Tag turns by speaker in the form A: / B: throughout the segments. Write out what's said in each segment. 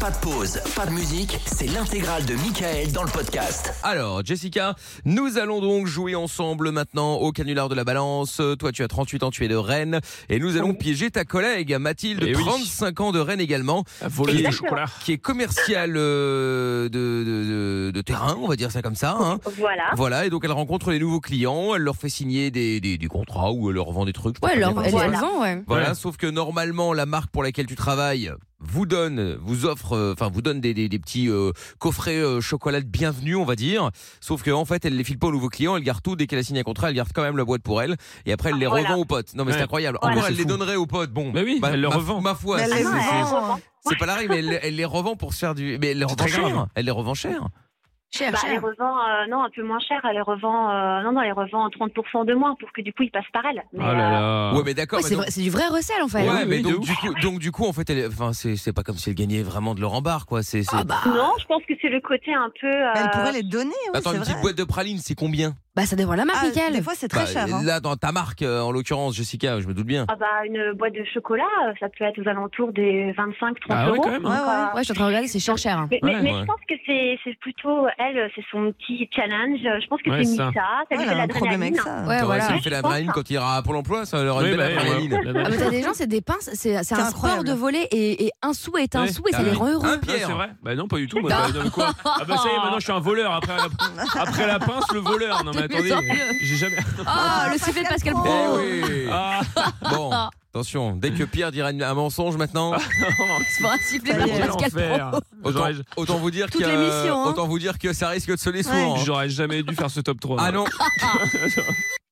A: Pas de pause, pas de musique, c'est l'intégrale de Michael dans le podcast.
B: Alors, Jessica, nous allons donc jouer ensemble maintenant au canular de la balance. Euh, Toi, tu as 38 ans, tu es de Rennes. Et nous allons piéger ta collègue, Mathilde,
C: Eh oui.
B: 35 ans de Rennes également, Exactement.
C: voler Ah, des chocolats.
B: qui est commerciale euh, de, de- de- de terrain, on va dire ça comme ça. hein.
D: Voilà.
B: Voilà, et donc elle rencontre les nouveaux clients, elle leur fait signer des, des- des contrats ou elle leur vend des trucs. je sais
E: Ouais,
B: pas
E: alors,
B: bien
E: Ah, elle
B: comment
E: est
B: ça.
D: Voilà.
E: raison, ouais.
B: Voilà,
C: Ouais.
B: sauf que normalement la marque pour laquelle tu travailles vous donne, vous offre, euh, enfin vous donne des, des- des petits euh, coffrets euh, chocolat de bienvenue, on va dire. Sauf que en fait, elle les file pas aux nouveaux clients, elle garde tout. Dès qu'elle a signé un contrat, elle garde quand même la boîte pour elle. Et après, elle les
D: Voilà.
B: revend aux potes. Non mais c'est
C: Ouais. Ah,
B: incroyable.
D: Voilà.
B: Encore,
C: Mais
B: elle
C: c'est
B: les
C: fou.
B: donnerait aux potes. Bon,
C: Mais oui,
B: ma,
C: elle le
B: ma-
C: revend.
B: Ma foi,
F: Mais elle
B: c'est-
F: les
B: c'est-
D: Ah,
B: c'est-
D: elle revend.
B: c'est pas la règle, mais elle, elle les revend pour se faire du. Mais elle les revend
C: très grave.
B: cher. Elle les revend cher.
E: Cher,
D: Bah, elle
E: cher.
D: revend, euh, non, un peu moins cher. Elle revend, euh, non, non, elle revend 30% de moins pour que du coup, il passe par elle.
C: Oh
D: Mais,
G: Ah
C: là
D: euh,
C: là.
B: Ouais, mais d'accord.
E: Ouais,
B: mais
E: c'est
B: donc-
E: vrai- c'est du vrai recel en fait.
B: Ouais,
C: Oui,
B: mais
C: oui, de
B: donc
C: ouf.
B: du coup, donc du coup, en fait, elle, est- enfin, c'est c'est pas comme si elle gagnait vraiment de leur embarque, quoi. C'est c'est-
E: Ah bah.
D: euh, Non, je pense que c'est le côté un peu. euh,
F: Mais Bah, Elle pourrait les donner, oui,
B: Attends,
F: c'est
B: une petite
F: vrai.
B: boîte de pralines, c'est combien
E: Bah ça dépend de la marque,
F: Ah,
E: Mickaël.
F: des fois, c'est très
B: Bah,
F: cher. hein.
B: Là, dans ta marque, euh, en l'occurrence, Jessica, je me doute bien.
D: ah bah, une boîte de chocolat, euh, ça peut être aux alentours des 25-30
C: Ah ouais,
D: euros.
C: quand même, hein.
D: Donc,
F: Ouais, ouais.
D: euh,
E: Ouais, je suis en train de regarder, c'est cher, cher. hein.
D: Mais, mais-
C: Ouais,
D: mais
B: ouais.
D: je pense que c'est c'est plutôt elle, c'est son petit challenge. Je pense que
C: Ouais,
D: c'est une
C: ça.
D: ça, ça lui
F: Ouais,
D: fait
F: elle a Oh un problème avec
D: l'adrénaline.
F: ça.
E: Ouais,
B: T'aurais
E: Ah,
B: essayé
E: voilà.
D: Ouais,
B: de faire
D: je
B: la
D: pense,
B: praline
D: hein.
B: quand il ira à Pôle emploi, ça leur
C: Oui,
B: une
C: bah,
B: belle
C: ouais,
B: adrénaline.
C: ouais, ouais.
E: Ah, mais t'as des gens, c'est des pinces, c'est c'est
F: C'est
E: un sport
F: incroyable.
E: de voler et, et un sou est un
C: Ouais.
E: sou et ça
B: Ah
E: les
B: oui.
E: rend heureux.
B: Hein
C: Non,
B: Pierre.
C: c'est vrai. Bah non, pas du tout. Bah, bah, non, mais quoi Ah bah ça y est, maintenant je suis un voleur. Après, la- après la pince, le voleur. Non mais
E: De mieux
C: attendez,
E: en mieux.
C: j'ai jamais.
E: Oh, le CV de Pascal
B: Eh
E: Pro.
B: oui.
C: Ah
B: Bon, attention, dès que Pierre dira une- un mensonge maintenant,
C: non,
E: C'est pas un sifflet
F: Ça y est.
E: de
C: quel
E: Pascal
C: enfer.
E: Pro.
B: autant,
C: Ah, J'aurais,
B: autant vous dire
E: Toute
B: que
E: l'émission, hein.
B: autant vous dire que ça risque de sonner souvent. hein.
C: j'aurais jamais dû faire ce top 3.
B: Ah non.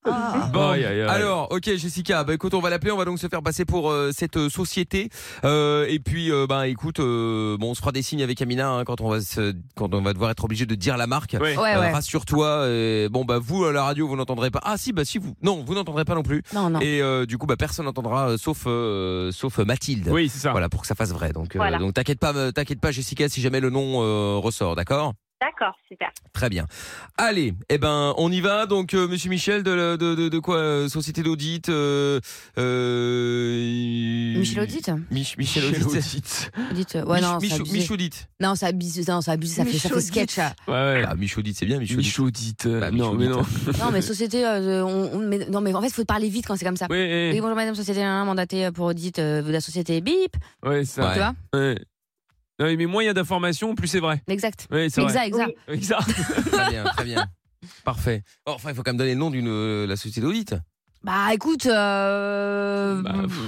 F: Ah.
C: Bon, aïe, aïe, aïe.
B: Alors, ok, Jessica. Bah écoute, on va l'appeler. On va donc se faire passer pour euh, cette euh, société. Euh, et puis, euh, bah écoute, euh, bon, on se fera des signes avec Amina hein, quand on va se, quand on va devoir être obligé de dire la marque.
C: Ouais.
E: Ouais,
B: Euh,
E: ouais.
B: Rassure-toi. euh, Bon, bah vous à la radio, vous n'entendrez pas. Ah si, bah si vous. Non, vous n'entendrez pas non plus.
E: Non, non.
B: Et euh, du coup, bah personne n'entendra euh, sauf euh, sauf Mathilde.
C: Oui, c'est ça.
B: Voilà pour que ça fasse vrai. Donc euh,
D: Voilà.
B: donc t'inquiète pas, euh, t'inquiète pas, Jessica, si jamais le nom euh, ressort, d'accord
D: D'accord, super.
B: Très bien. Allez, eh ben on y va. Donc euh, Monsieur Michel de la- de, de, de quoi euh, Société d'audit. Euh, euh,
E: Michel Audit
B: Mich- Michel Audit.
E: Audit, euh, Ouais, non,
B: Mich- Mich-
E: ça abusé.
B: Mich Audit.
E: Non, ça abuse, non, ça abuse, ça fait ça fait
F: Michaudit.
E: sketch. ça.
C: Ouais, ouais.
B: Ah, Mich Audit, c'est bien. Mich Audit.
C: Michaudite.
B: Bah,
C: Non, mais
B: Michaudite.
C: non.
E: Non, mais société, euh, on- on- mais- non, mais en fait, faut parler vite quand c'est comme ça. Oui,
C: Ouais,
E: bonjour madame, société hein, mandatée pour audit euh, de la société BIP,
C: ouais, ouais, ça.
B: Ouais.
E: tu vois
C: Ouais. Non, mais moins il y a d'informations, plus c'est vrai.
E: Exact.
C: Oui, c'est vrai.
E: Exact, exact.
C: Exact.
B: Très bien, très bien. Parfait. Or, enfin, il faut quand même donner le nom d'une euh, la société d'audit.
E: Bah écoute, euh...
C: Bah, pff.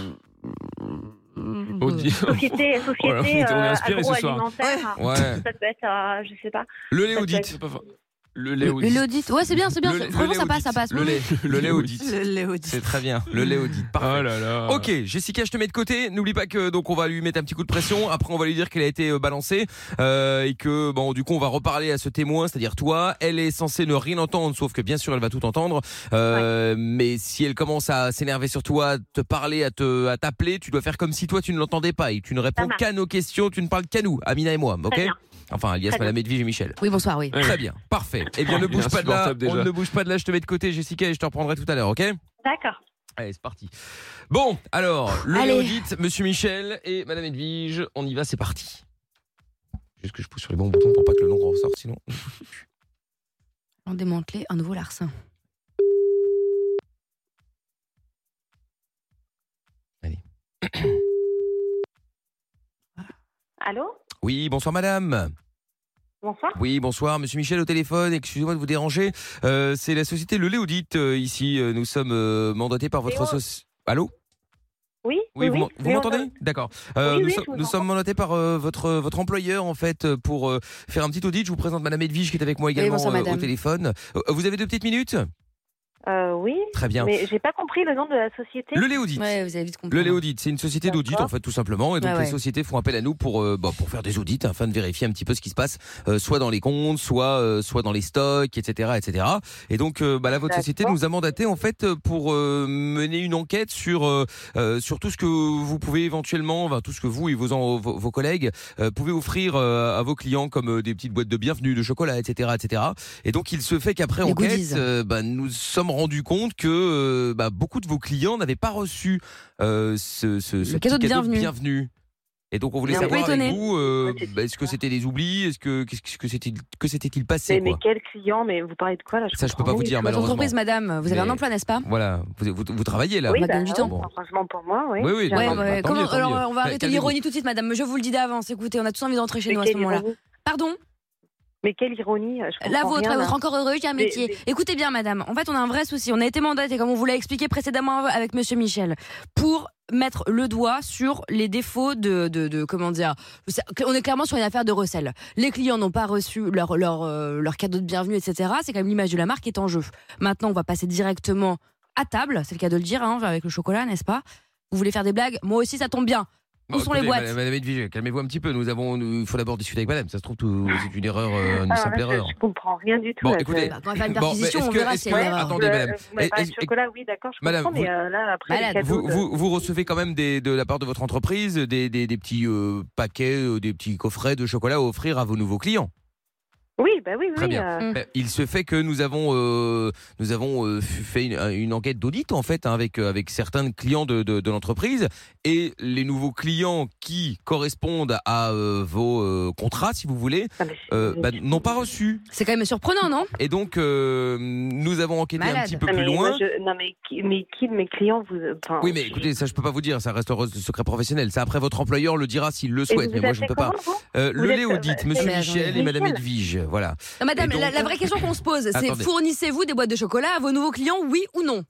E: euh,
C: Audi-
D: Société,
C: Voilà, on
D: société
C: est- on est
D: euh,
C: inspiré ce soir.
D: agroalimentaire.
B: Ouais.
D: Ça peut être, euh, je sais pas.
B: Le lait audit.
C: C'est pas fort. Le
E: le-
C: lait
E: le lait audit, ouais c'est bien, c'est bien,
B: Le-
E: c'est-
B: le
E: franchement
B: lait
E: ça passe, ça
B: audit.
E: passe.
B: Le
E: Oui,
B: lait, le lait audit.
F: Je l'ai au-
B: C'est très bien. Le lait audit.
C: Oh
B: Parfait.
C: là là.
D: Euh.
B: Ok, Jessica, je te mets de côté. N'oublie pas que donc on va lui mettre un petit coup de pression. Après, on va lui dire qu'elle a été euh, balancée euh, et que bon, du coup, on va reparler à ce témoin, c'est-à-dire toi. Elle est censée ne rien entendre, sauf que bien sûr, elle va tout entendre. Euh, Mais si elle commence à s'énerver sur toi, à te parler, à te, à t'appeler, tu dois faire comme si toi tu ne l'entendais pas et tu ne réponds
D: marche.
B: qu'à nos questions, tu ne parles qu'à nous, Amina et moi, ok
D: Très bien.
B: Enfin, alias
D: Très bien.
B: Madame Edwige et Michel.
E: Oui, bonsoir, oui.
C: Ouais.
B: Très bien, parfait. Eh bien,
C: Oh,
B: ne
C: il est
B: bouge pas de là.
C: insupportable
B: On
C: déjà.
B: ne bouge pas de là. Je te mets de côté, Jessica, et je te reprendrai tout à l'heure, ok
D: D'accord.
B: Allez, c'est parti. Bon, alors, le
E: Allez.
B: audit, monsieur Michel et madame Edwige, on y va, c'est parti. Juste que je pousse sur les bons boutons pour pas que le nom ressorte, sinon.
E: On démantelait un nouveau larcin.
D: Allô
B: Oui, bonsoir madame.
D: Bonsoir.
B: Oui, bonsoir monsieur Michel au téléphone, excusez-moi de vous déranger. Euh, c'est la société Le Lait Audit euh, ici, Euh, nous sommes euh, mandatés par votre
D: Léo.
B: soci... Allô
D: Oui,
B: Oui, vous m'en- vous
D: oui, on
B: m'entendez D'accord. Euh,
D: Oui,
B: nous
D: oui,
B: sommes-
D: je vous
B: nous
D: entends.
B: sommes mandatés par euh, votre, euh, votre employeur, en fait, euh, pour euh, faire un petit audit. Je vous présente Madame Edwige qui est avec moi également
E: bonsoir,
B: euh, au
E: madame.
B: téléphone. Euh, vous avez deux petites minutes
D: Euh, oui,
B: Très bien.
D: mais j'ai pas compris le nom de la société.
B: Le Lait Audit.
E: Ouais, vous avez vite compris.
B: Le Léaudit, c'est une société d'audit en
D: D'accord.
B: fait tout simplement et donc
E: Ouais,
B: les
E: ouais.
B: sociétés font appel à nous pour euh, bah, pour faire des audits afin de vérifier un petit peu ce qui se passe euh, soit dans les comptes, soit euh, soit dans les stocks, etc., etc. Et donc euh, bah, là votre société
D: D'accord.
B: nous a mandaté en fait euh, pour euh, mener une enquête sur euh, euh, sur tout ce que vous pouvez éventuellement, enfin, tout ce que vous et vos en- vos, vos collègues euh, pouvez offrir euh, à vos clients comme euh, des petites boîtes de bienvenue, de chocolat, etc., etc. Et donc il se fait qu'après
E: Les
B: enquête,
E: goodies.
B: euh, bah, nous sommes rendus compte que euh, bah, beaucoup de vos clients n'avaient pas reçu euh, ce, ce, ce
E: Le cadeau
B: petit
E: de bienvenue.
B: bienvenue. Et donc on voulait
E: On est un peu
B: savoir avec
E: étonnés.
B: vous, euh,
G: Ouais, c'est
B: bah, est-ce que c'était des oublis, est-ce que qu'est-ce que- que c'était que s'était-il passé
G: Mais, mais
B: quoi
G: quel client Mais vous parlez de quoi là
B: Ça je peux
G: comprends
B: pas vous dire
E: Votre
B: malheureusement.
E: entreprise, madame, vous avez
B: Mais-
E: un emploi, n'est-ce pas
B: Voilà, vous, vous, vous travaillez là.
G: Oui,
E: On a gagné du
G: bah,
E: temps.
G: bon, Heureusement pour moi, oui.
B: Oui, oui,
G: Bien.
B: non,
E: Ouais,
B: bah,
E: ouais,
B: tant
E: comment-
B: mieux, tant
E: alors
B: mieux.
E: on va
B: Bah,
E: arrêter
B: calmez-vous.
E: l'ironie tout de suite, madame. Je vous le dis d'avance. Écoutez, on a tous envie d'entrer chez
G: Mais
E: nous à ce
G: quelle
E: moment-là.
G: ironie.
E: Pardon
G: Mais quelle ironie euh, je comprends
E: La vôtre,
G: rien,
E: la
G: là.
E: vôtre, encore heureux, j'ai un
G: Mais-
E: métier. Écoutez bien, madame, en fait, on a un vrai souci. On a été mandaté, comme on vous l'a expliqué précédemment avec monsieur Michel, pour mettre le doigt sur les défauts de, de, de- comment dire c'est- on est clairement sur une affaire de recel les clients n'ont pas reçu leur, leur, euh, leur cadeau de bienvenue etc c'est quand même l'image de la marque qui est en jeu maintenant on va passer directement à table c'est le cas de le dire hein, avec le chocolat n'est-ce pas vous voulez faire des blagues moi aussi ça tombe bien
B: Bon,
E: où sont les
B: Oh, écoutez,
E: boîtes
B: madame- Madame Edwige, calmez-vous un petit peu. Nous avons, nous- il faut d'abord discuter avec Madame. Ça se trouve, tout- c'est une erreur, euh, une
G: Ah,
B: simple
G: là, je-
B: erreur.
G: Je comprends rien du tout.
B: Bon,
G: là,
B: écoutez,
E: Bah, quand on va faire une
B: Bon, mais
E: perquisition
B: est-ce
E: on
B: que-
E: verra
B: est-ce
E: si
B: que-
E: elle est erreur.
B: attendez,
G: Euh,
B: madame.
G: euh, vous m'avez
B: Et-
G: parlé
B: et-
G: de chocolat, oui, d'accord, je
B: Madame,
G: comprends, mais euh, là, après,
E: Malade.
G: les cadeaux
B: Vous,
G: de-
B: vous, vous recevez quand même des, de la part de votre entreprise des, des, des petits euh, paquets, euh, des petits coffrets de chocolat à offrir à vos nouveaux clients.
G: Oui, bah oui,
B: Très
G: oui.
B: bien.
G: euh,
E: Mm.
B: Ben, Il se fait que nous avons, euh, nous avons euh, f- fait une, une enquête d'audit en fait hein, avec euh, avec certains clients de, de, de l'entreprise et les nouveaux clients qui correspondent à euh, vos euh, contrats, si vous voulez,
G: ah, mais c'est-
B: euh, ben, n'ont pas reçu.
E: c'est quand même surprenant non
B: Et donc euh, nous avons enquêté un
E: Malade.
B: petit peu
G: Ah,
B: plus
G: mais
B: loin.
G: moi, je- Non, mais qui, mais qui de mes clients vous. euh, enfin,
B: Oui, mais
G: je-
B: écoutez, ça je peux pas vous dire, ça reste le secret professionnel. Ça après votre employeur le dira s'il le
G: Et
B: souhaite,
G: vous
B: mais
G: vous
B: moi je ne
G: appelez
B: peux pas.
G: comment, vous
B: Euh,
G: Vous
B: le
G: êtes-
B: Léo audit,
G: euh,
B: Monsieur
E: Mais
B: Michel
E: Eh ben, attendez.
B: et Madame
G: Michel.
B: Edwige, voilà.
E: Non, madame,
B: Et donc-
E: la, la vraie question qu'on se pose, c'est
B: Attendez.
E: fournissez-vous des boîtes de chocolat à vos nouveaux clients, oui ou non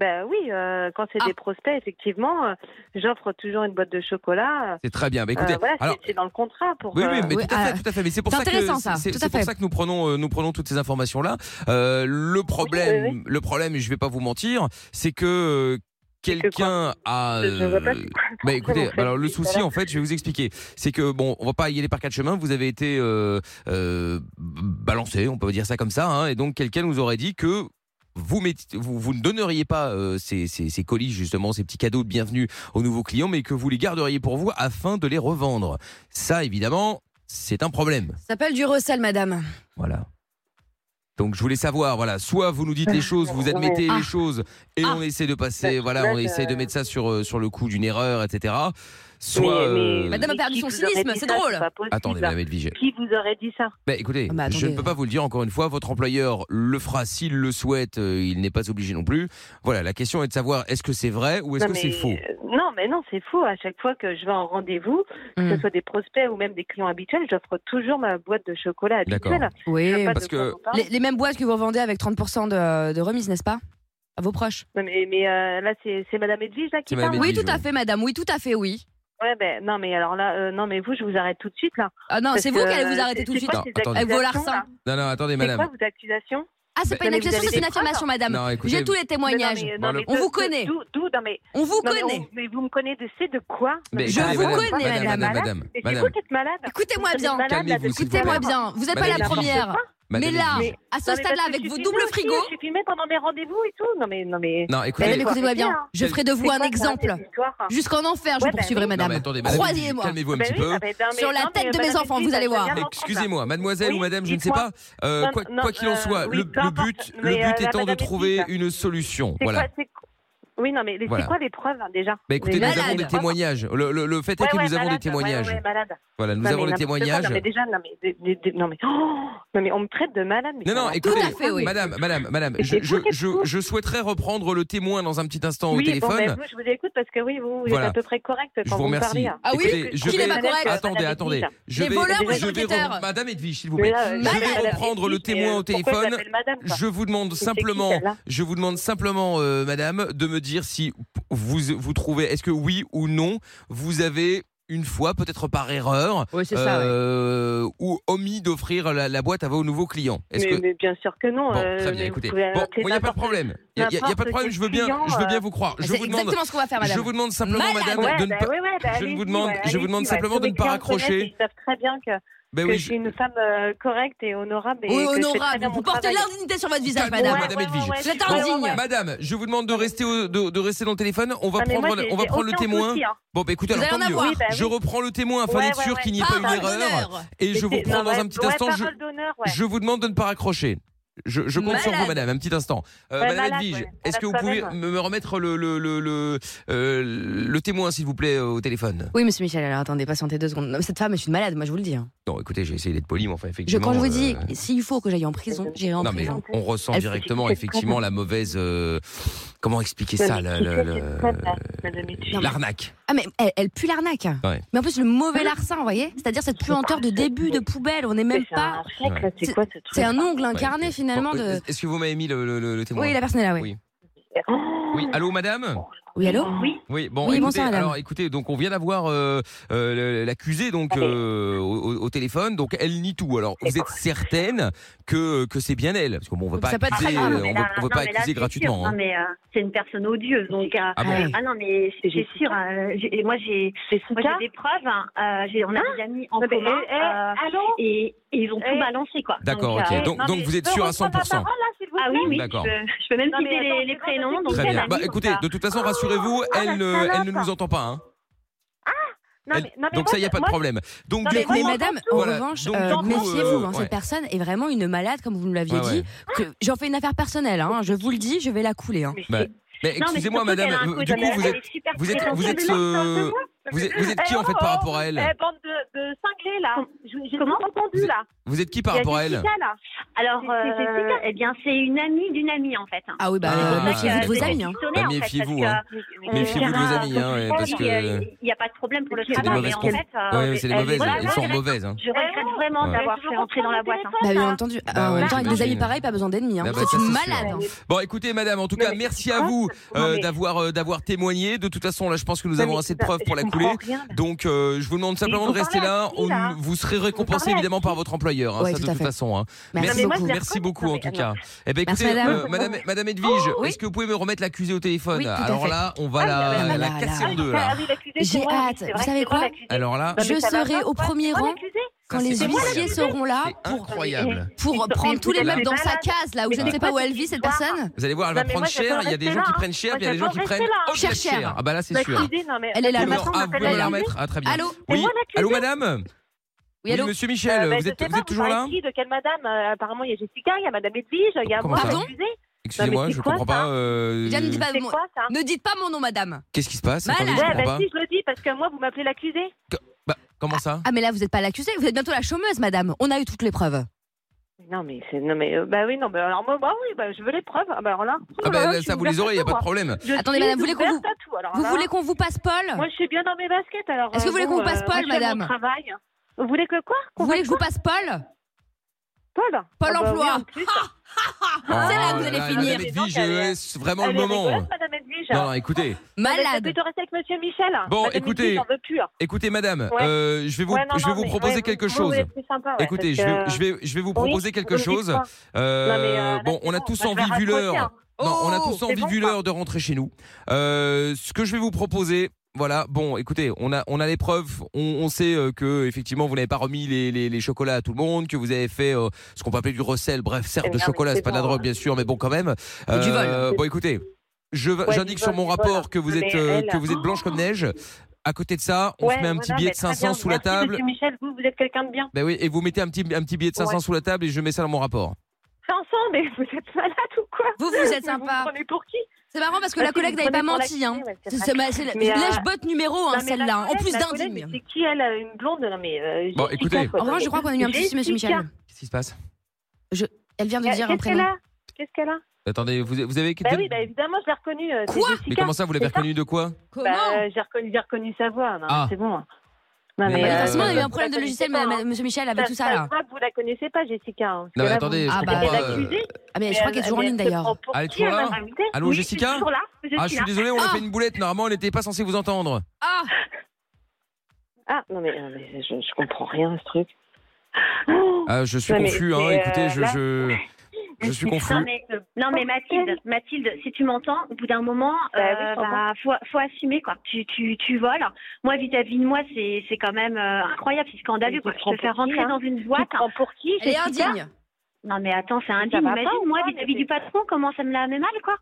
G: Bah oui, euh, quand c'est
E: Ah.
G: des prospects, effectivement, euh, j'offre toujours une boîte de chocolat. euh,
B: C'est très bien. Bah, écoutez,
G: euh, voilà, c'est-
B: alors.
G: c'est dans le contrat pour.
B: Oui, oui,
G: euh,
B: mais
E: Oui,
B: tout à
E: euh,
B: fait, tout à fait. Mais c'est pour
E: c'est
B: ça que
E: intéressant, ça.
B: c'est
E: Tout à
B: c'est pour
E: fait.
B: ça que nous prenons euh, nous prenons toutes ces informations là. le problème, le problème, je vais pas vous mentir, c'est que euh,
G: que quoi
B: quelqu'un a.
G: Je- je vois pas
B: euh,
G: ce-
B: Bah écoutez,
G: Comment
B: bah alors le
G: faites-vous,
B: souci en fait, je vais vous expliquer, c'est que bon, on va pas y aller par quatre chemins. Vous avez été euh, euh, balancé, on peut dire ça comme ça, hein, et donc quelqu'un nous aurait dit que vous, mettez- vous, vous ne donneriez pas euh, ces, ces- ces colis justement, ces petits cadeaux de bienvenue aux nouveaux clients, mais que vous les garderiez pour vous afin de les revendre. Ça, évidemment, c'est un problème.
E: Ça s'appelle du recel, madame.
B: Voilà. Donc je voulais savoir, voilà, soit vous nous dites les choses, vous admettez
E: Ah.
B: les choses et
E: Ah.
B: on essaie de passer,
G: Bah,
B: voilà,
G: là,
B: on
G: je-
B: essaie de mettre ça sur euh, sur le coup d'une erreur, etc. Soit,
G: Mais-
B: euh,
E: Madame a
G: mais
E: perdu
G: qui
E: son
G: vous aurait dit
E: cynisme, c'est
G: ça,
E: drôle.
G: pas possible.
B: Attendez, Madame Edwige.
G: Qui vous aurait dit ça
B: Bah, écoutez,
E: Ah, mais
B: je ne
E: attendez.
B: peux pas vous le dire encore une fois. Votre employeur le fera s'il le souhaite. euh, il n'est pas obligé non plus. Voilà, la question est de savoir est-ce que c'est vrai ou est-ce
G: Non,
B: que c'est
G: mais-
B: faux.
G: euh, Non, mais non, c'est faux. À chaque fois que je vais en rendez-vous,
E: Hmm.
G: que ce soit des prospects ou même des clients habituels, j'offre toujours ma boîte de chocolat
B: D'accord.
G: habituelle. Je
E: Oui.
G: vois pas
B: parce
G: de quoi
B: que-
G: vous parlez.
E: Eh, Les, les mêmes boîtes que vous vendez avec 30% de, de remise, n'est-ce pas À vos proches.
G: Non, Mais, mais, euh, là, c'est c'est Madame Edwige là,
B: C'est
G: qui
B: Madame
G: parle.
B: Edwige.
E: Oui,
B: oui,
E: tout à
B: oui.
E: fait, madame. Oui, tout à fait, oui.
G: Ouais, ben, non, mais alors là, euh, non, mais vous, je vous arrête tout de suite là.
E: Ah non,
G: Parce
E: c'est vous
G: que,
E: qui allez vous
G: euh,
E: arrêter
G: c'est-
E: tout de
G: c'est
E: suite.
G: quoi
B: Non,
G: ces
B: attendez.
E: Elle vaut
G: accusations,
E: l'arsen.
G: là
B: Non, non, attendez,
G: C'est quoi
B: madame.
G: vos accusations
E: Ah, c'est pas une
G: Non, mais vous
E: accusation,
G: avez
E: c'est une
G: des preuves,
E: affirmation, madame.
B: Non, écoutez,
E: J'ai tous les
G: Mais non,
E: témoignages.
G: mais-
B: Bon,
G: non,
B: le-
G: mais
E: On
G: d'où-
E: vous
G: d'où-
E: connaît.
G: D'où, d'où- non, mais,
E: On vous
G: non, mais on-
E: connaît.
G: mais vous me connaissez de quoi Non,
B: Mais
G: mais
E: Je
B: écoutez,
E: vous
B: madame,
E: connais,
B: madame,
E: madame.
B: madame, madame,
G: C'est
B: madame,
G: vous qui êtes malade.
E: Écoutez-moi
G: Vous êtes
E: bien.
G: malade, là,
B: Calmez-vous,
G: depuis
B: s'il vous plaît.
G: trois
E: Écoutez-moi
G: mois.
E: bien. Vous n'êtes pas
B: Madame
E: la
B: Edwige.
E: première.
B: madame
E: Mais là,
B: Edwige.
E: à ce
G: Non, mais parce
E: stade-là,
G: que
E: avec
G: je
E: vos
G: suis
E: doubles
G: filmée aussi,
E: frigos.
G: Je suis filmée pendant mes rendez-vous et tout. Non, mais. Non, mais...
B: Non,
E: Madame,
B: écoutez.
G: Mais-
E: écoutez-moi
G: c'est
E: bien.
G: quoi
E: Je ferai de
G: c'est
E: vous un
G: quoi,
E: exemple.
G: cette histoire
E: Jusqu'en enfer, je
G: Ouais, bah
E: poursuivrai,
G: oui.
B: Non, mais
E: madame.
B: attendez, madame, Edwige,
E: Croyez-moi.
B: calmez-vous un
G: Ben
B: petit
G: oui,
B: peu.
G: ah ben, non, mais-
E: Sur la
G: non,
E: tête
G: mais
E: de mes
G: madame
E: enfants,
G: Edwige,
E: vous allez
G: elle
E: voir.
G: vient d'entendre ça.
B: Excusez-moi, mademoiselle
G: Oui,
B: ou madame, je ne sais
G: dites-moi.
B: pas. Euh,
G: Non,
B: quoi
G: non,
B: quoi qu'il en
G: euh,
B: soit,
G: oui,
B: le,
G: peu
B: le
G: importe,
B: but, le
G: mais, euh,
B: but
G: la
B: étant de
G: madame
B: trouver
G: Edwige.
B: une solution.
G: C'est
B: Voilà.
G: quoi, c'est quoi- Oui, non, mais les-
B: Voilà.
G: c'est quoi les preuves, hein, déjà
B: Bah écoutez, nous
G: Les-
B: avons
E: malades.
B: des témoignages. Le, le- le fait est
G: Ouais,
B: que
G: ouais,
B: nous avons des
G: malade,
B: témoignages.
G: ouais, ouais, malade.
B: Voilà, nous
G: Non,
B: avons
G: mais
B: des
G: n'importe quoi,
B: témoignages.
G: Non, mais déjà, non, mais, des- des- des- non, mais... oh non, mais on me traite de malade. mais
B: Non, non,
G: ça va.
B: écoutez,
E: à fait, oui.
B: madame, madame, madame,
G: Mais
B: je,
G: c'est
B: je,
G: vous qui êtes
B: je,
G: fou.
B: je souhaiterais reprendre le témoin dans un petit instant au
G: Oui, bon,
B: téléphone.
G: ben, vous, je vous écoute parce que oui, vous, vous
B: Voilà.
G: êtes à peu près correct quand
B: je vous
G: me
B: remercie.
G: parlez. hein.
E: Ah oui
B: Écoutez, je
E: Qu'il est
B: vais...
E: pas correct.
B: Attendez,
G: Madame
B: attendez.
G: Edwige.
B: Je
E: Les
B: vais,
E: voleurs
B: je
G: ou
E: les
B: vais
E: enquêteurs
B: reprendre- Madame Edwige, s'il vous
G: Mais
B: plaît.
G: là, euh,
B: je vais
G: madame,
B: reprendre le
G: Edwige, mais,
B: témoin
G: euh,
B: au
G: pourquoi je
B: téléphone.
G: l'appelle madame, quoi
B: Je vous demande
G: C'est qui,
B: simplement,
G: celle-là
B: je vous demande simplement, euh, madame, de me dire si vous vous trouvez, est-ce que oui ou non, vous avez une fois, peut-être par erreur,
E: Oui, c'est
B: euh, ou omis d'offrir la, la boîte à vos nouveaux clients. Est-ce
G: mais,
B: que
G: mais bien sûr que non.
B: bon,
G: euh,
B: très
G: mais
B: bien,
G: vous
B: écoutez.
G: pouvez
B: Bon,
G: appeler
B: il n'y a pas de
G: n'importe-
B: problème. Il n'y a, pas de
G: n'importe
B: problème. Je veux
G: quel
B: bien,
G: client,
B: je veux bien
G: euh,
B: vous croire. Je
E: C'est
B: vous demande,
E: exactement ce qu'on va faire,
B: je
E: madame.
B: vous demande simplement,
E: Malade.
B: madame,
G: Ouais,
B: de ne
G: bah
B: pas.
G: ouais, ouais, bah
B: je ne vous
G: allez-y,
B: demande-
G: ouais,
B: je vous
G: allez-y,
B: demande
G: ouais,
B: simplement
G: tous
B: de
G: mes
B: ne pas
G: clients me connaissent,
B: raccrocher.
G: Ils savent très bien que,
B: Ben
G: que
B: oui,
G: je
B: je-
G: suis une femme euh, correcte et honorable. Et
E: Oui,
G: que je fais très
E: honorable.
G: bien
E: Vous
G: mon
E: portez
G: travail.
E: l'indignité sur votre visage,
B: Calme-toi,
E: madame.
B: madame Edwige.
E: Vous êtes
G: ouais, ouais,
E: indigne.
G: ouais.
B: Madame, je vous demande de rester, au- de, de rester dans le téléphone. On va
G: Ah, mais
B: prendre,
G: moi,
B: le-
G: j'ai-
B: on va
G: j'ai
B: prendre le
G: aucun
B: témoin.
G: souci, hein.
B: Bon, bah écoutez,
E: Vous
B: alors
E: allez en
B: tant mieux.
E: avoir.
G: Oui, bah oui.
B: Je reprends le témoin afin
G: Ouais,
B: d'être
G: ouais, Ah, bah,
B: sûr
G: ouais.
B: qu'il n'y ait
E: Parole
B: pas une erreur.
E: d'honneur.
B: Et je vous
G: C'est-
B: reprends
G: non,
B: dans
G: ouais,
B: un petit
G: ouais,
B: instant. Je,
G: parole d'honneur, ouais.
B: je vous demande de ne pas raccrocher. Je, je compte sur vous,
G: Malade.
B: madame, un petit instant. Euh,
G: Ouais,
B: madame
G: malade,
B: Edwige,
G: ouais.
B: est-ce que vous
G: Malade
B: pouvez
G: toi-même.
B: me me remettre le, le, le, le, euh, le témoin, s'il vous plaît, euh, au téléphone
E: Oui, monsieur Michel, alors attendez, patientez deux secondes. Non, mais cette femme, je suis une malade, moi je vous le dis. hein.
B: Non, écoutez, j'ai essayé d'être poli, mais enfin,
E: Je,
B: effectivement.
E: quand je vous
B: euh,
E: dis, s'il faut que j'aille en prison, j'irai en
B: Non, mais
E: prison.
B: on ressent
E: Elle-
B: directement, effectivement, la mauvaise. euh, comment expliquer
G: Non,
B: ça
G: mais
B: le-
G: tu
B: le-
G: sais,
B: le-
G: c'est très vaste, madame Michu.
B: L'arnaque.
E: Ah, mais elle, elle pue l'arnaque.
B: Ouais.
E: Mais en plus, le mauvais larcin, vous voyez C'est-à-dire cette puanteur de début de poubelle, on n'est même
G: C'est
E: pas.
G: un siècle, c'est quoi ce truc
E: C'est un ongle incarné finalement
B: Bon,
E: de.
B: Est-ce que vous m'avez mis le, le- le- le témoin
E: Oui, la personne est là, oui.
B: Oui.
G: Oh,
B: Oui, allô, madame
E: Oui, allô
G: Oui,
B: Oui, bon,
E: Oui,
B: écoutez,
E: bonsoir, madame.
B: alors écoutez, donc on vient d'avoir euh, euh, le- l'accusé donc euh, au, au- au téléphone, donc elle nie tout. Alors vous êtes certaine que que c'est bien elle, parce qu'on on veut pas
E: Ça peut être
B: accuser,
E: très grave.
B: euh, on veut, on veut pas
D: mais là,
B: accuser
D: c'est
B: gratuitement.
D: sûr.
B: hein.
D: Non, mais euh, c'est une personne odieuse, donc. euh,
B: Ah bon
E: Ah oui.
D: Ah non, mais c'est c'est sûr. euh, j'ai- moi, j'ai
G: c'est
D: moi,
G: Souka
D: j'ai des preuves. hein, euh, j'ai- on a des amis en
G: Non, mais,
D: commun.
G: eh, eh,
D: euh,
G: allô
D: et, et ils ont
G: Eh.
D: tout balancé, quoi.
B: D'accord,
D: Donc,
B: ok.
D: euh,
B: donc
G: non,
B: donc
G: mais
B: vous êtes
G: je
B: sûr à
G: reprends la
B: 100
D: Ah oui, oui, je
B: D'accord.
D: peux, je peux même
G: Non, mais
D: citer
G: attends,
D: les, les
G: c'est pas
D: prénoms.
G: possible.
D: Donc
B: Très
D: elle
B: bien.
D: a
B: Bah
D: mis
B: écoutez,
D: comme ça.
B: de toute façon, rassurez-vous,
G: ah,
B: elle
G: la
B: ne elle ne
G: salope.
B: nous entend pas. hein. Elle-
G: Non, mais- non, mais
B: donc
G: moi,
B: ça, il y a pas de
G: moi,
B: problème. Donc
G: Non,
B: du
G: mais
B: coup,
E: Mais
G: moi,
E: madame, en
B: Voilà,
E: revanche,
B: donc,
E: euh,
B: du coup,
E: méfiez-vous,
B: euh,
E: hein,
B: ouais.
E: cette personne est vraiment une malade, comme vous me l'aviez
B: Ouais, ouais.
E: dit. que- J'en fais une affaire personnelle, hein, je vous le dis, je vais la couler. hein.
G: mais
B: Bah, mais
G: c'est-
D: Non, mais
B: excusez-moi,
D: surtout qu'elle a un
B: madame, euh,
D: côté-
B: du coup
D: elle
B: vous
D: est
B: êtes
D: super
B: vous êtes vous
D: prétentieuse.
B: êtes euh, vous êtes vous êtes qui en fait par rapport à elle
G: Eh, bande de, de cinglés, là. Je- J'ai
D: Comment
G: tout entendu, là.
B: Vous êtes qui par
G: Il y a
B: rapport à elle
G: Jessica, là.
D: Alors,
G: C'est- c'est- c'est
D: euh,
G: super.
D: eh bien, c'est une amie d'une amie, en fait.
E: Ah oui, bah,
B: Ah,
E: euh, méfiez-vous de vos
B: d'accord.
E: amis. hein.
B: Bah, méfiez-vous, hein.
G: Mais-
B: Méfiez-vous de vos amis, hein, ouais, parce que-
D: Il n'y a pas de problème pour le
G: C'est des
D: travail, mais
B: mauvaises
D: en
B: con-
D: fait, euh,
B: Ouais, mais c'est des
D: elle-
B: mauvaises,
D: voilà,
B: elles sont
D: je-
B: mauvaises. hein.
D: Je regrette vraiment
B: Ouais.
D: d'avoir fait rentrer dans la boîte. hein.
E: Bah, bien entendu.
B: Bah
E: en
B: ouais,
E: même temps, avec des
B: j'imagine.
E: amis pareils, pas besoin d'ennemis. hein.
B: Ah bah,
E: c'est
B: ça,
E: une
B: c'est sûr.
E: malade. hein.
B: Bon, écoutez, madame, en tout cas,
G: mais-
B: merci à vous
G: Non,
B: euh,
G: mais-
B: d'avoir euh, d'avoir témoigné. De toute façon, là, je pense que nous
G: Non,
B: avons
G: mais-
B: assez de preuves pour la
G: je
B: couler.
G: comprends rien.
B: Donc, euh, je vous demande simplement
G: ils
B: de
G: ont
B: rester
G: parlé à
B: là.
G: qui, là
B: On- vous serez récompensé
G: parlé à
B: évidemment
G: qui
B: par votre employeur, hein,
E: Ouais,
B: ça,
E: tout
B: de
E: à
B: toute
E: fait.
B: façon. hein.
E: Merci
B: Merci
G: Non, mais moi,
B: beaucoup,
G: je les
B: merci
G: reconnais,
B: beaucoup
G: non,
B: en
G: mais
B: tout cas.
G: alors-
B: Eh ben,
E: Merci,
B: écoutez,
E: madame.
B: euh, madame, madame Edwige,
E: Oh, oui.
B: est-ce que vous pouvez me remettre l'accusé au téléphone
E: Oui, tout à
B: Alors
E: fait.
B: là, on va
G: Ah,
B: la,
E: oui,
B: la
E: ah, là,
B: casser
E: là.
B: en deux.
G: Ah
B: Là.
G: oui, l'accusé, c'est
E: J'ai
G: moi,
E: hâte.
G: oui, c'est
E: Vous
G: vrai,
E: savez
G: c'est moi
E: quoi
G: l'accusé.
B: Alors là,
G: Non,
E: Je
G: mais ça va
E: serai
G: pas,
E: au
G: quoi,
E: premier
G: c'est moi
E: rang
G: l'accusé.
E: Quand
B: Ça,
E: les
B: c'est
E: huissiers
B: incroyable.
E: seront là
B: C'est
E: pour,
B: incroyable.
E: pour
G: Mais-
E: prendre tous les
G: mais-
E: meubles dans
G: mais-
E: sa case, là où je ne sais pas où elle vit, cette personne.
B: Vous allez voir, elle va
G: Non, mais
B: prendre
G: moi,
B: cher.
G: j'adore
B: Il y a des
G: rester
B: gens qui
G: là, hein.
B: prennent cher,
G: Moi,
B: puis il y a des gens qui
G: j'adore
B: prennent
G: rester là.
B: oh,
E: Cher,
B: très
E: cher.
B: Ah bah là, c'est
G: Bah,
B: sûr.
G: excusez, non, mais-
E: Elle est là
B: Vous me
E: maintenant.
B: le- ah, vous pouvez me la
E: Allô
B: remettre Ah, très bien.
E: Allô
G: C'est
B: Oui,
G: moi l'accusé.
B: allô, madame
E: Oui, allô
B: Monsieur Michel,
G: Euh, bah,
B: vous
G: je
B: êtes,
G: sais
B: vous
G: pas,
B: êtes toujours là
G: parlez de qui, De quelle madame Euh, Apparemment, il y a Jessica, il y a madame Edwige, il y a
B: Comment
G: moi,
E: ça
G: l'accusé.
B: Excusez-moi,
G: Non, mais
B: je
G: c'est quoi,
B: comprends
G: ça
B: pas. euh,
E: Déjà, ne dites pas
G: C'est
E: mon-
G: quoi, ça
E: Ne dites pas mon nom, madame.
B: Qu'est-ce qui se passe
E: Malade.
B: Attendez, je
G: Ouais,
B: comprends
G: bah
B: pas.
G: si, je le dis, parce que moi, vous m'appelez l'accusé.
B: Bah, comment ça
E: Ah, mais là, vous n'êtes pas l'accusée, vous êtes bientôt la chômeuse, madame. On a eu toutes les preuves.
G: Non, mais c'est. Non, mais. euh, bah oui, non, mais alors moi, bah oui, bah, je veux les preuves. Ah, bah alors là.
B: Ah bah,
G: là,
B: là,
G: je suis
B: ça vous les
G: ouverte
B: aurez,
G: à
B: il y a
G: tout,
B: pas de
G: moi.
B: problème.
G: Je
E: Attendez,
G: suis
E: madame, vous voulez qu'on
G: ouverte
E: vous-
G: à tout, alors
E: Vous
G: là,
E: voulez qu'on vous passe Paul
G: Moi, je suis bien dans mes baskets, alors.
E: Est-ce que vous voulez qu'on vous passe
G: euh,
E: Paul,
G: moi, je fais
E: madame
G: mon travail. Vous voulez que quoi
E: Vous
G: Qu'on
E: voulez que je vous passe Paul
G: fasse Paul
E: Paul
G: Ah bah oui,
E: emploi.
G: en plus. Ah,
E: C'est là que vous allez
B: là,
E: finir.
B: Madame Edwige,
G: Elle est-
B: euh, c'est vraiment
G: Elle
B: le
G: est
B: moment.
G: rigolote, madame Edwige.
B: Non, non, écoutez,
G: Je
E: Malade.
G: plutôt rester avec monsieur Michel.
B: Bon,
G: Madame
B: écoutez.
G: Edwige, j'en veux plus.
B: écoutez, madame,
G: Ouais.
B: euh, je vais vous,
G: Ouais, non,
B: je vais
G: non,
B: vous
G: mais-
B: proposer
G: ouais,
B: quelque
G: vous- vous,
B: chose.
G: vous êtes plus sympa, ouais,
B: Écoutez, je
G: parce
B: vais,
G: que-
B: je vais, je vais vous
G: Oui,
B: proposer quelque
G: vous me dites
B: chose.
G: quoi Non, mais,
B: Euh,
G: euh,
B: bon,
G: là,
B: on a
G: c'est
B: tous
G: bon,
B: envie
G: moi, je vais
B: vu
G: raccrocher,
B: l'heure.
G: hein.
B: Non, on a tous
G: c'est
B: envie
G: bon,
B: vu
G: ça.
B: l'heure de rentrer chez nous. Euh, ce que je vais vous proposer. Voilà, bon, écoutez, on a on a les preuves, on, on sait euh, que effectivement vous n'avez pas remis les, les, les chocolats à tout le monde, que vous avez fait euh, ce qu'on peut appeler du recel, bref, certes
G: Eh
B: de
G: bien,
B: chocolat,
G: mais
B: c'est pas de la
G: c'est bon.
B: drogue bien sûr, mais bon quand même. Euh,
E: Et du vol.
B: Bon, écoutez, je
G: Ouais,
B: j'indique
G: du
B: sur
G: vol,
B: mon
G: du vol. hein.
B: rapport que vous
G: Mais
B: êtes euh,
G: elle-
B: que vous êtes blanche comme neige. À côté de ça, on
G: Ouais,
B: se met un petit
G: voilà,
B: billet
G: mais
B: de
G: très
B: 500
G: bien.
B: sous la
G: Merci,
B: table.
G: Monsieur Michel, vous, vous êtes quelqu'un de bien.
B: Ben oui, et vous mettez un petit un petit billet de 500
G: Ouais.
B: sous la table et je mets ça dans mon rapport.
G: 500, mais vous êtes malade ou quoi
E: Vous, vous êtes
G: Mais Vous
E: sympa.
G: me prenez pour qui
E: C'est marrant parce que
G: Bah,
E: la
G: si, vous
E: collègue n'avait
G: prenez
E: pas
G: pour
E: menti.
G: l'accusé,
E: Hein.
G: ouais, c'est
E: C'est
G: vrai.
E: c'est ma- c'est la-
G: Mais, euh,
E: lèche-botte numéro 1,
G: Non, mais la
E: celle-là. hein. En
G: collègue,
E: plus
G: la collègue,
E: d'indigne.
G: mais C'est qui, elle, euh, une blonde Non, mais. euh,
B: Bon,
G: Jessica,
B: écoutez.
G: quoi,
E: En revanche, je crois qu'on a eu un petit souci, monsieur
G: Jessica.
E: Michel.
B: Qu'est-ce qui se passe
E: Elle vient de
G: Euh,
E: dire un
G: Qu'est-ce qu'elle
E: prénom.
G: a Qu'est-ce qu'elle a
B: Attendez, vous, vous avez
G: Bah oui, bah évidemment, je l'ai reconnue. euh, c'est
E: Quoi
G: Jessica.
B: Mais comment ça, vous l'avez
G: c'est ça
B: reconnu de quoi
E: Comment
G: Bah, euh, j'ai reconnu, j'ai reconnu sa voix. Non,
B: Ah.
G: C'est bon. Non, mais,
B: Mais
E: Bah,
G: euh,
E: forcément, il y a eu
G: vous
E: un
G: la
E: problème de
G: connaissez
E: logiciel,
G: pas,
E: madame-
G: hein.
E: monsieur Michel, avec
G: Ça-
E: tout ça là.
G: se voit que vous la connaissez pas, Jessica. hein, parce
B: Non, mais
G: que là,
B: attendez,
G: vous-
B: je
E: Ah, bah,
B: comprends
G: Elle est
B: pas. euh,
G: accusée,
E: Ah, mais
G: mais
E: je crois qu'elle est
G: elle-
E: toujours en
G: elle
E: ligne
G: se
E: d'ailleurs.
G: prend pour
B: Elle est
G: qui,
B: toujours là
G: madame Hamilton
B: Allô,
G: Oui,
B: Jessica
G: je suis toujours là. Je
B: Ah, je
G: suis
B: suis
G: là.
B: désolé, on a
E: Ah
B: fait une boulette. Normalement, on n'était pas censé vous entendre.
E: Ah
G: Ah, non, mais, euh, mais je, je comprends rien, ce truc.
B: Ah, je suis
G: Ouais, mais
B: confus, hein.
G: c'est, euh,
B: Écoutez, je,
G: là-
B: je, je suis
D: Non
B: confus.
D: mais, euh, non, mais Mathilde, Mathilde, si tu m'entends, au bout d'un moment,
G: Bah oui,
D: euh,
G: je t'entends.
D: bah, faut, faut assumer quoi. Tu, tu, tu voles. Moi vis-à-vis de moi, c'est, c'est quand même euh, incroyable, c'est
G: Mais
D: scandaleux.
G: tu
D: Quoi.
G: te
D: Je
G: prends
D: te fais
G: pour qui,
D: rentrer
G: hein
D: dans une
G: Tu
D: boîte.
G: te prends pour qui
E: Elle est
G: Jessica
E: indigne.
D: Non mais attends, c'est
G: Mais ça
D: indigne.
G: va pas
D: Imagine
G: ou
D: moi
G: quoi, mais
D: vis-à-vis
G: c'est-
D: du patron, comment ça me la met mal quoi.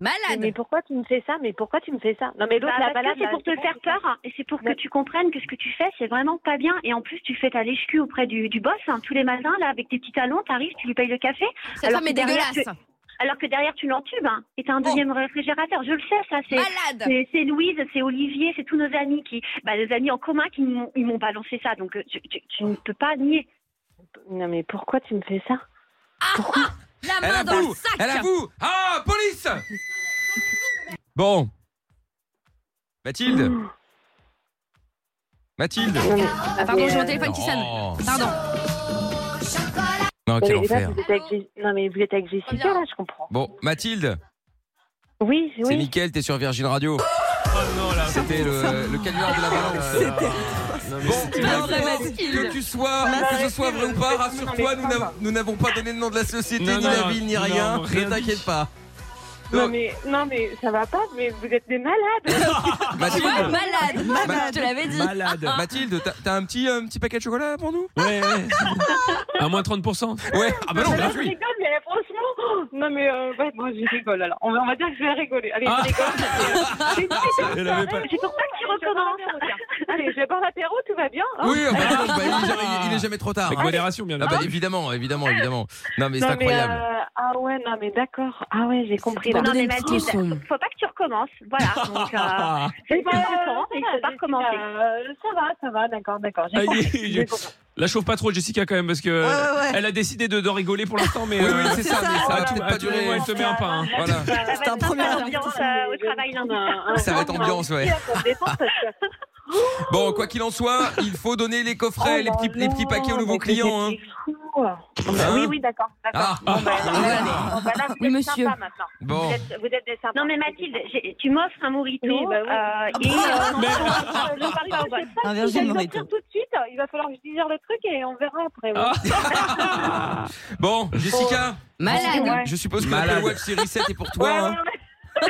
E: Malade.
G: Mais pourquoi tu me fais ça Mais pourquoi tu me fais ça Non, mais l'autre,
D: Bah,
G: la
D: parce
G: balade,
D: que c'est
G: là,
D: pour te
G: c'est
D: faire
G: bon.
D: peur hein, et c'est pour que
G: Ouais.
D: tu comprennes que ce que tu fais, c'est vraiment pas bien. Et en plus, tu fais ta lèche cul auprès du, du boss hein, tous les matins, là, avec tes petits talons, t'arrives, tu lui payes le café,
E: Cette
D: Alors
E: femme est
D: que derrière,
E: dégueulasse.
D: alors que derrière, tu l'entubes. hein, et t'as un deuxième réfrigérateur. Je le sais, ça, c'est.
E: Malade.
D: C'est c'est Louise, c'est Olivier, c'est tous nos amis qui, bah, nos amis en commun qui m'ont- ils m'ont balancé ça. Donc euh, tu, tu- tu ne peux pas nier.
G: Non, mais pourquoi tu me fais ça
E: La
B: Elle
E: main dans le
B: avoue
E: sac.
B: Elle avoue Ah, police Bon. Mathilde Mathilde
G: Non, mais-
E: Ah, pardon, j'ai mon téléphone qui sonne.
B: Oh.
E: Pardon.
B: Non,
G: Mais
B: quel
G: les
E: hein.
G: gars,
B: enfer.
G: vous êtes avec Jess- Non, mais vous êtes avec Jessica, là, je comprends.
B: Bon, Mathilde,
G: Oui,
B: c'est
G: oui.
B: Mickaël, t'es sur Virgin Radio.
C: Oh non, là.
B: C'était le, le canular de la balance.
C: Non, mais
B: Bon,
C: c'était-
E: Pas
B: bref,
E: vrai,
B: que
E: Mathilde.
B: tu sois, que ce soit vrai ou pas, rassure-toi, nous n'avons- nous n'avons pas donné le nom de la société,
C: Non,
B: ni
C: non,
B: la ville, ni
C: non,
B: rien.
C: rien
B: Ne t'inquiète pas.
G: Non,
B: Donc,
G: mais, non, mais ça va pas, mais vous êtes des malades.
E: Tu vois,
B: Mathilde,
E: malade.
B: Bah,
E: Je te l'avais dit.
C: Malade.
B: Mathilde, t'as- t'as un petit, un petit paquet de chocolat pour nous
C: Ouais, ouais. À moins 30%.
B: Ouais. Ah bah non,
G: Mais là, je
B: gratuit.
G: rigole, mais là, franchement, oh, non, mais euh, ouais, moi, je rigole, alors. On va, on va dire que je vais rigoler. Allez,
C: Ah.
G: je rigole. euh,
C: Elle avait
B: Ah,
C: pas-
G: C'est pour ça qu'il recommence. Allez, je vais boire l'apéro, tout va bien. hein.
B: Oui, ah bah non, bah, il, est jamais, il est jamais trop tard.
C: Avec hein. modération, bien
B: Ah bah
C: entendu.
B: évidemment, évidemment, évidemment. Non mais c'est
G: Non, mais,
B: incroyable.
G: euh, ah ouais, non, mais d'accord. Ah ouais, j'ai compris. Là.
E: Pour
D: Non,
E: donner
D: mais
E: une petite
D: Mathilde,
E: leçon.
D: faut pas que tu recommences. Voilà. Donc, euh,
B: Ah,
D: c'est
G: Bah,
D: pas important et il faut
G: Jessica,
D: pas recommencer.
G: euh, ça va, ça va, d'accord, d'accord.
C: Ah,
G: J'ai compris.
C: il-
G: j'ai compris.
C: La chauffe pas trop, Jessica, quand même, parce que
F: Ouais, ouais, ouais.
C: elle a décidé de, d'en rigoler pour l'instant, mais.
B: oui,
C: euh,
B: oui, c'est
F: c'est
B: ça,
F: ça.
B: mais ça va
C: Ah, tu-
B: peut-être
C: ah,
B: pas
C: tu- ouais,
B: durer.
C: elle te met un pain. hein.
B: Voilà.
G: Oh, Ça va.
D: Ça va
F: C'est un
D: être
F: premier
D: sympa,
F: rendez-vous.
D: l'ambiance, euh, au travail lundi.
B: Ça va être ambiance, ouais. Bon, quoi qu'il en soit, il faut donner les coffrets,
G: Oh
B: les petits, les petits paquets aux nouveaux clients. Hein.
G: Ah bah Oui, oui, d'accord.
B: Ah.
G: d'accord. Bon, bah, bon, bah, là, vous
E: Oui,
G: êtes
E: monsieur.
G: sympa maintenant.
B: Bon.
G: Vous êtes, vous êtes des sympas.
D: Non mais Mathilde, j'ai- tu m'offres un mojito
G: Oui, bah
D: euh, et euh,
G: Mais... Je parle pas, je sais pas
F: Un
G: si
F: Virgin
G: je vais le
F: Mojito.
G: sortir tout de suite. Il va falloir que je digère le truc et on verra après. ouais.
C: Ah.
B: Bon, Jessica,
E: Malade.
B: je suppose que
C: Malade.
B: la web série 7 est pour
G: Ouais,
B: toi.
G: ouais,
B: hein.
G: ouais.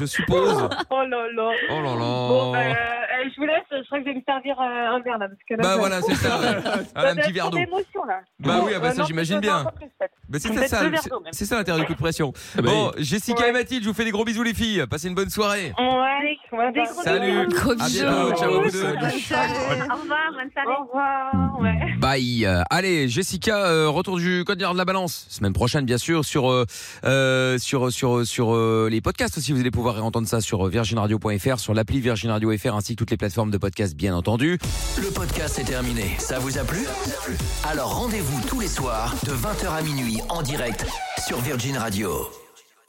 B: Je suppose.
G: Oh là là.
B: Oh là
G: Bon, bah,
B: là.
G: euh, je vous laisse. Je crois que je vais me servir euh, un verre là. Parce que là,
B: Bah
G: ça-
B: voilà, c'est ça. ouais.
G: ça
B: Ah, Un
G: doit
B: petit
G: être
B: verre
G: trop
B: d'eau.
G: d'émotion, là.
B: Bah oui, ah bah
G: Euh,
B: ça
G: non,
B: j'imagine
G: je dois
B: bien.
G: encore plus, peut-être.
B: Bah, c'est
G: Peut-être
B: ça,
G: deux
B: le-
G: verres
B: c'est-
G: d'eau, même.
B: c'est ça l'intérêt du coup de pression.
C: Ah bah,
B: Bon, Jessica
G: Ouais.
B: et Mathilde, je vous fais des gros bisous les filles. Passez une bonne soirée.
G: Ouais, ouais,
D: Des
G: bah,
D: gros
B: Salut.
E: Gros
B: À
E: bisous.
B: bientôt. Ciao à vous deux.
F: Bonne soirée.
D: au revoir, bonne soirée.
G: Au revoir. Ouais.
B: Bye. Euh, Allez, Jessica, euh, retour du code d'heure de la balance. Semaine prochaine, bien sûr, sur euh, euh, sur sur sur euh, les podcasts aussi. Vous allez pouvoir entendre ça sur euh, virginradio.fr, sur l'appli Virgin Radio FR, ainsi que toutes les plateformes de podcast, bien entendu.
A: Le podcast est terminé. Ça vous a plu Alors rendez-vous tous les soirs de 20h à minuit en direct sur Virgin Radio.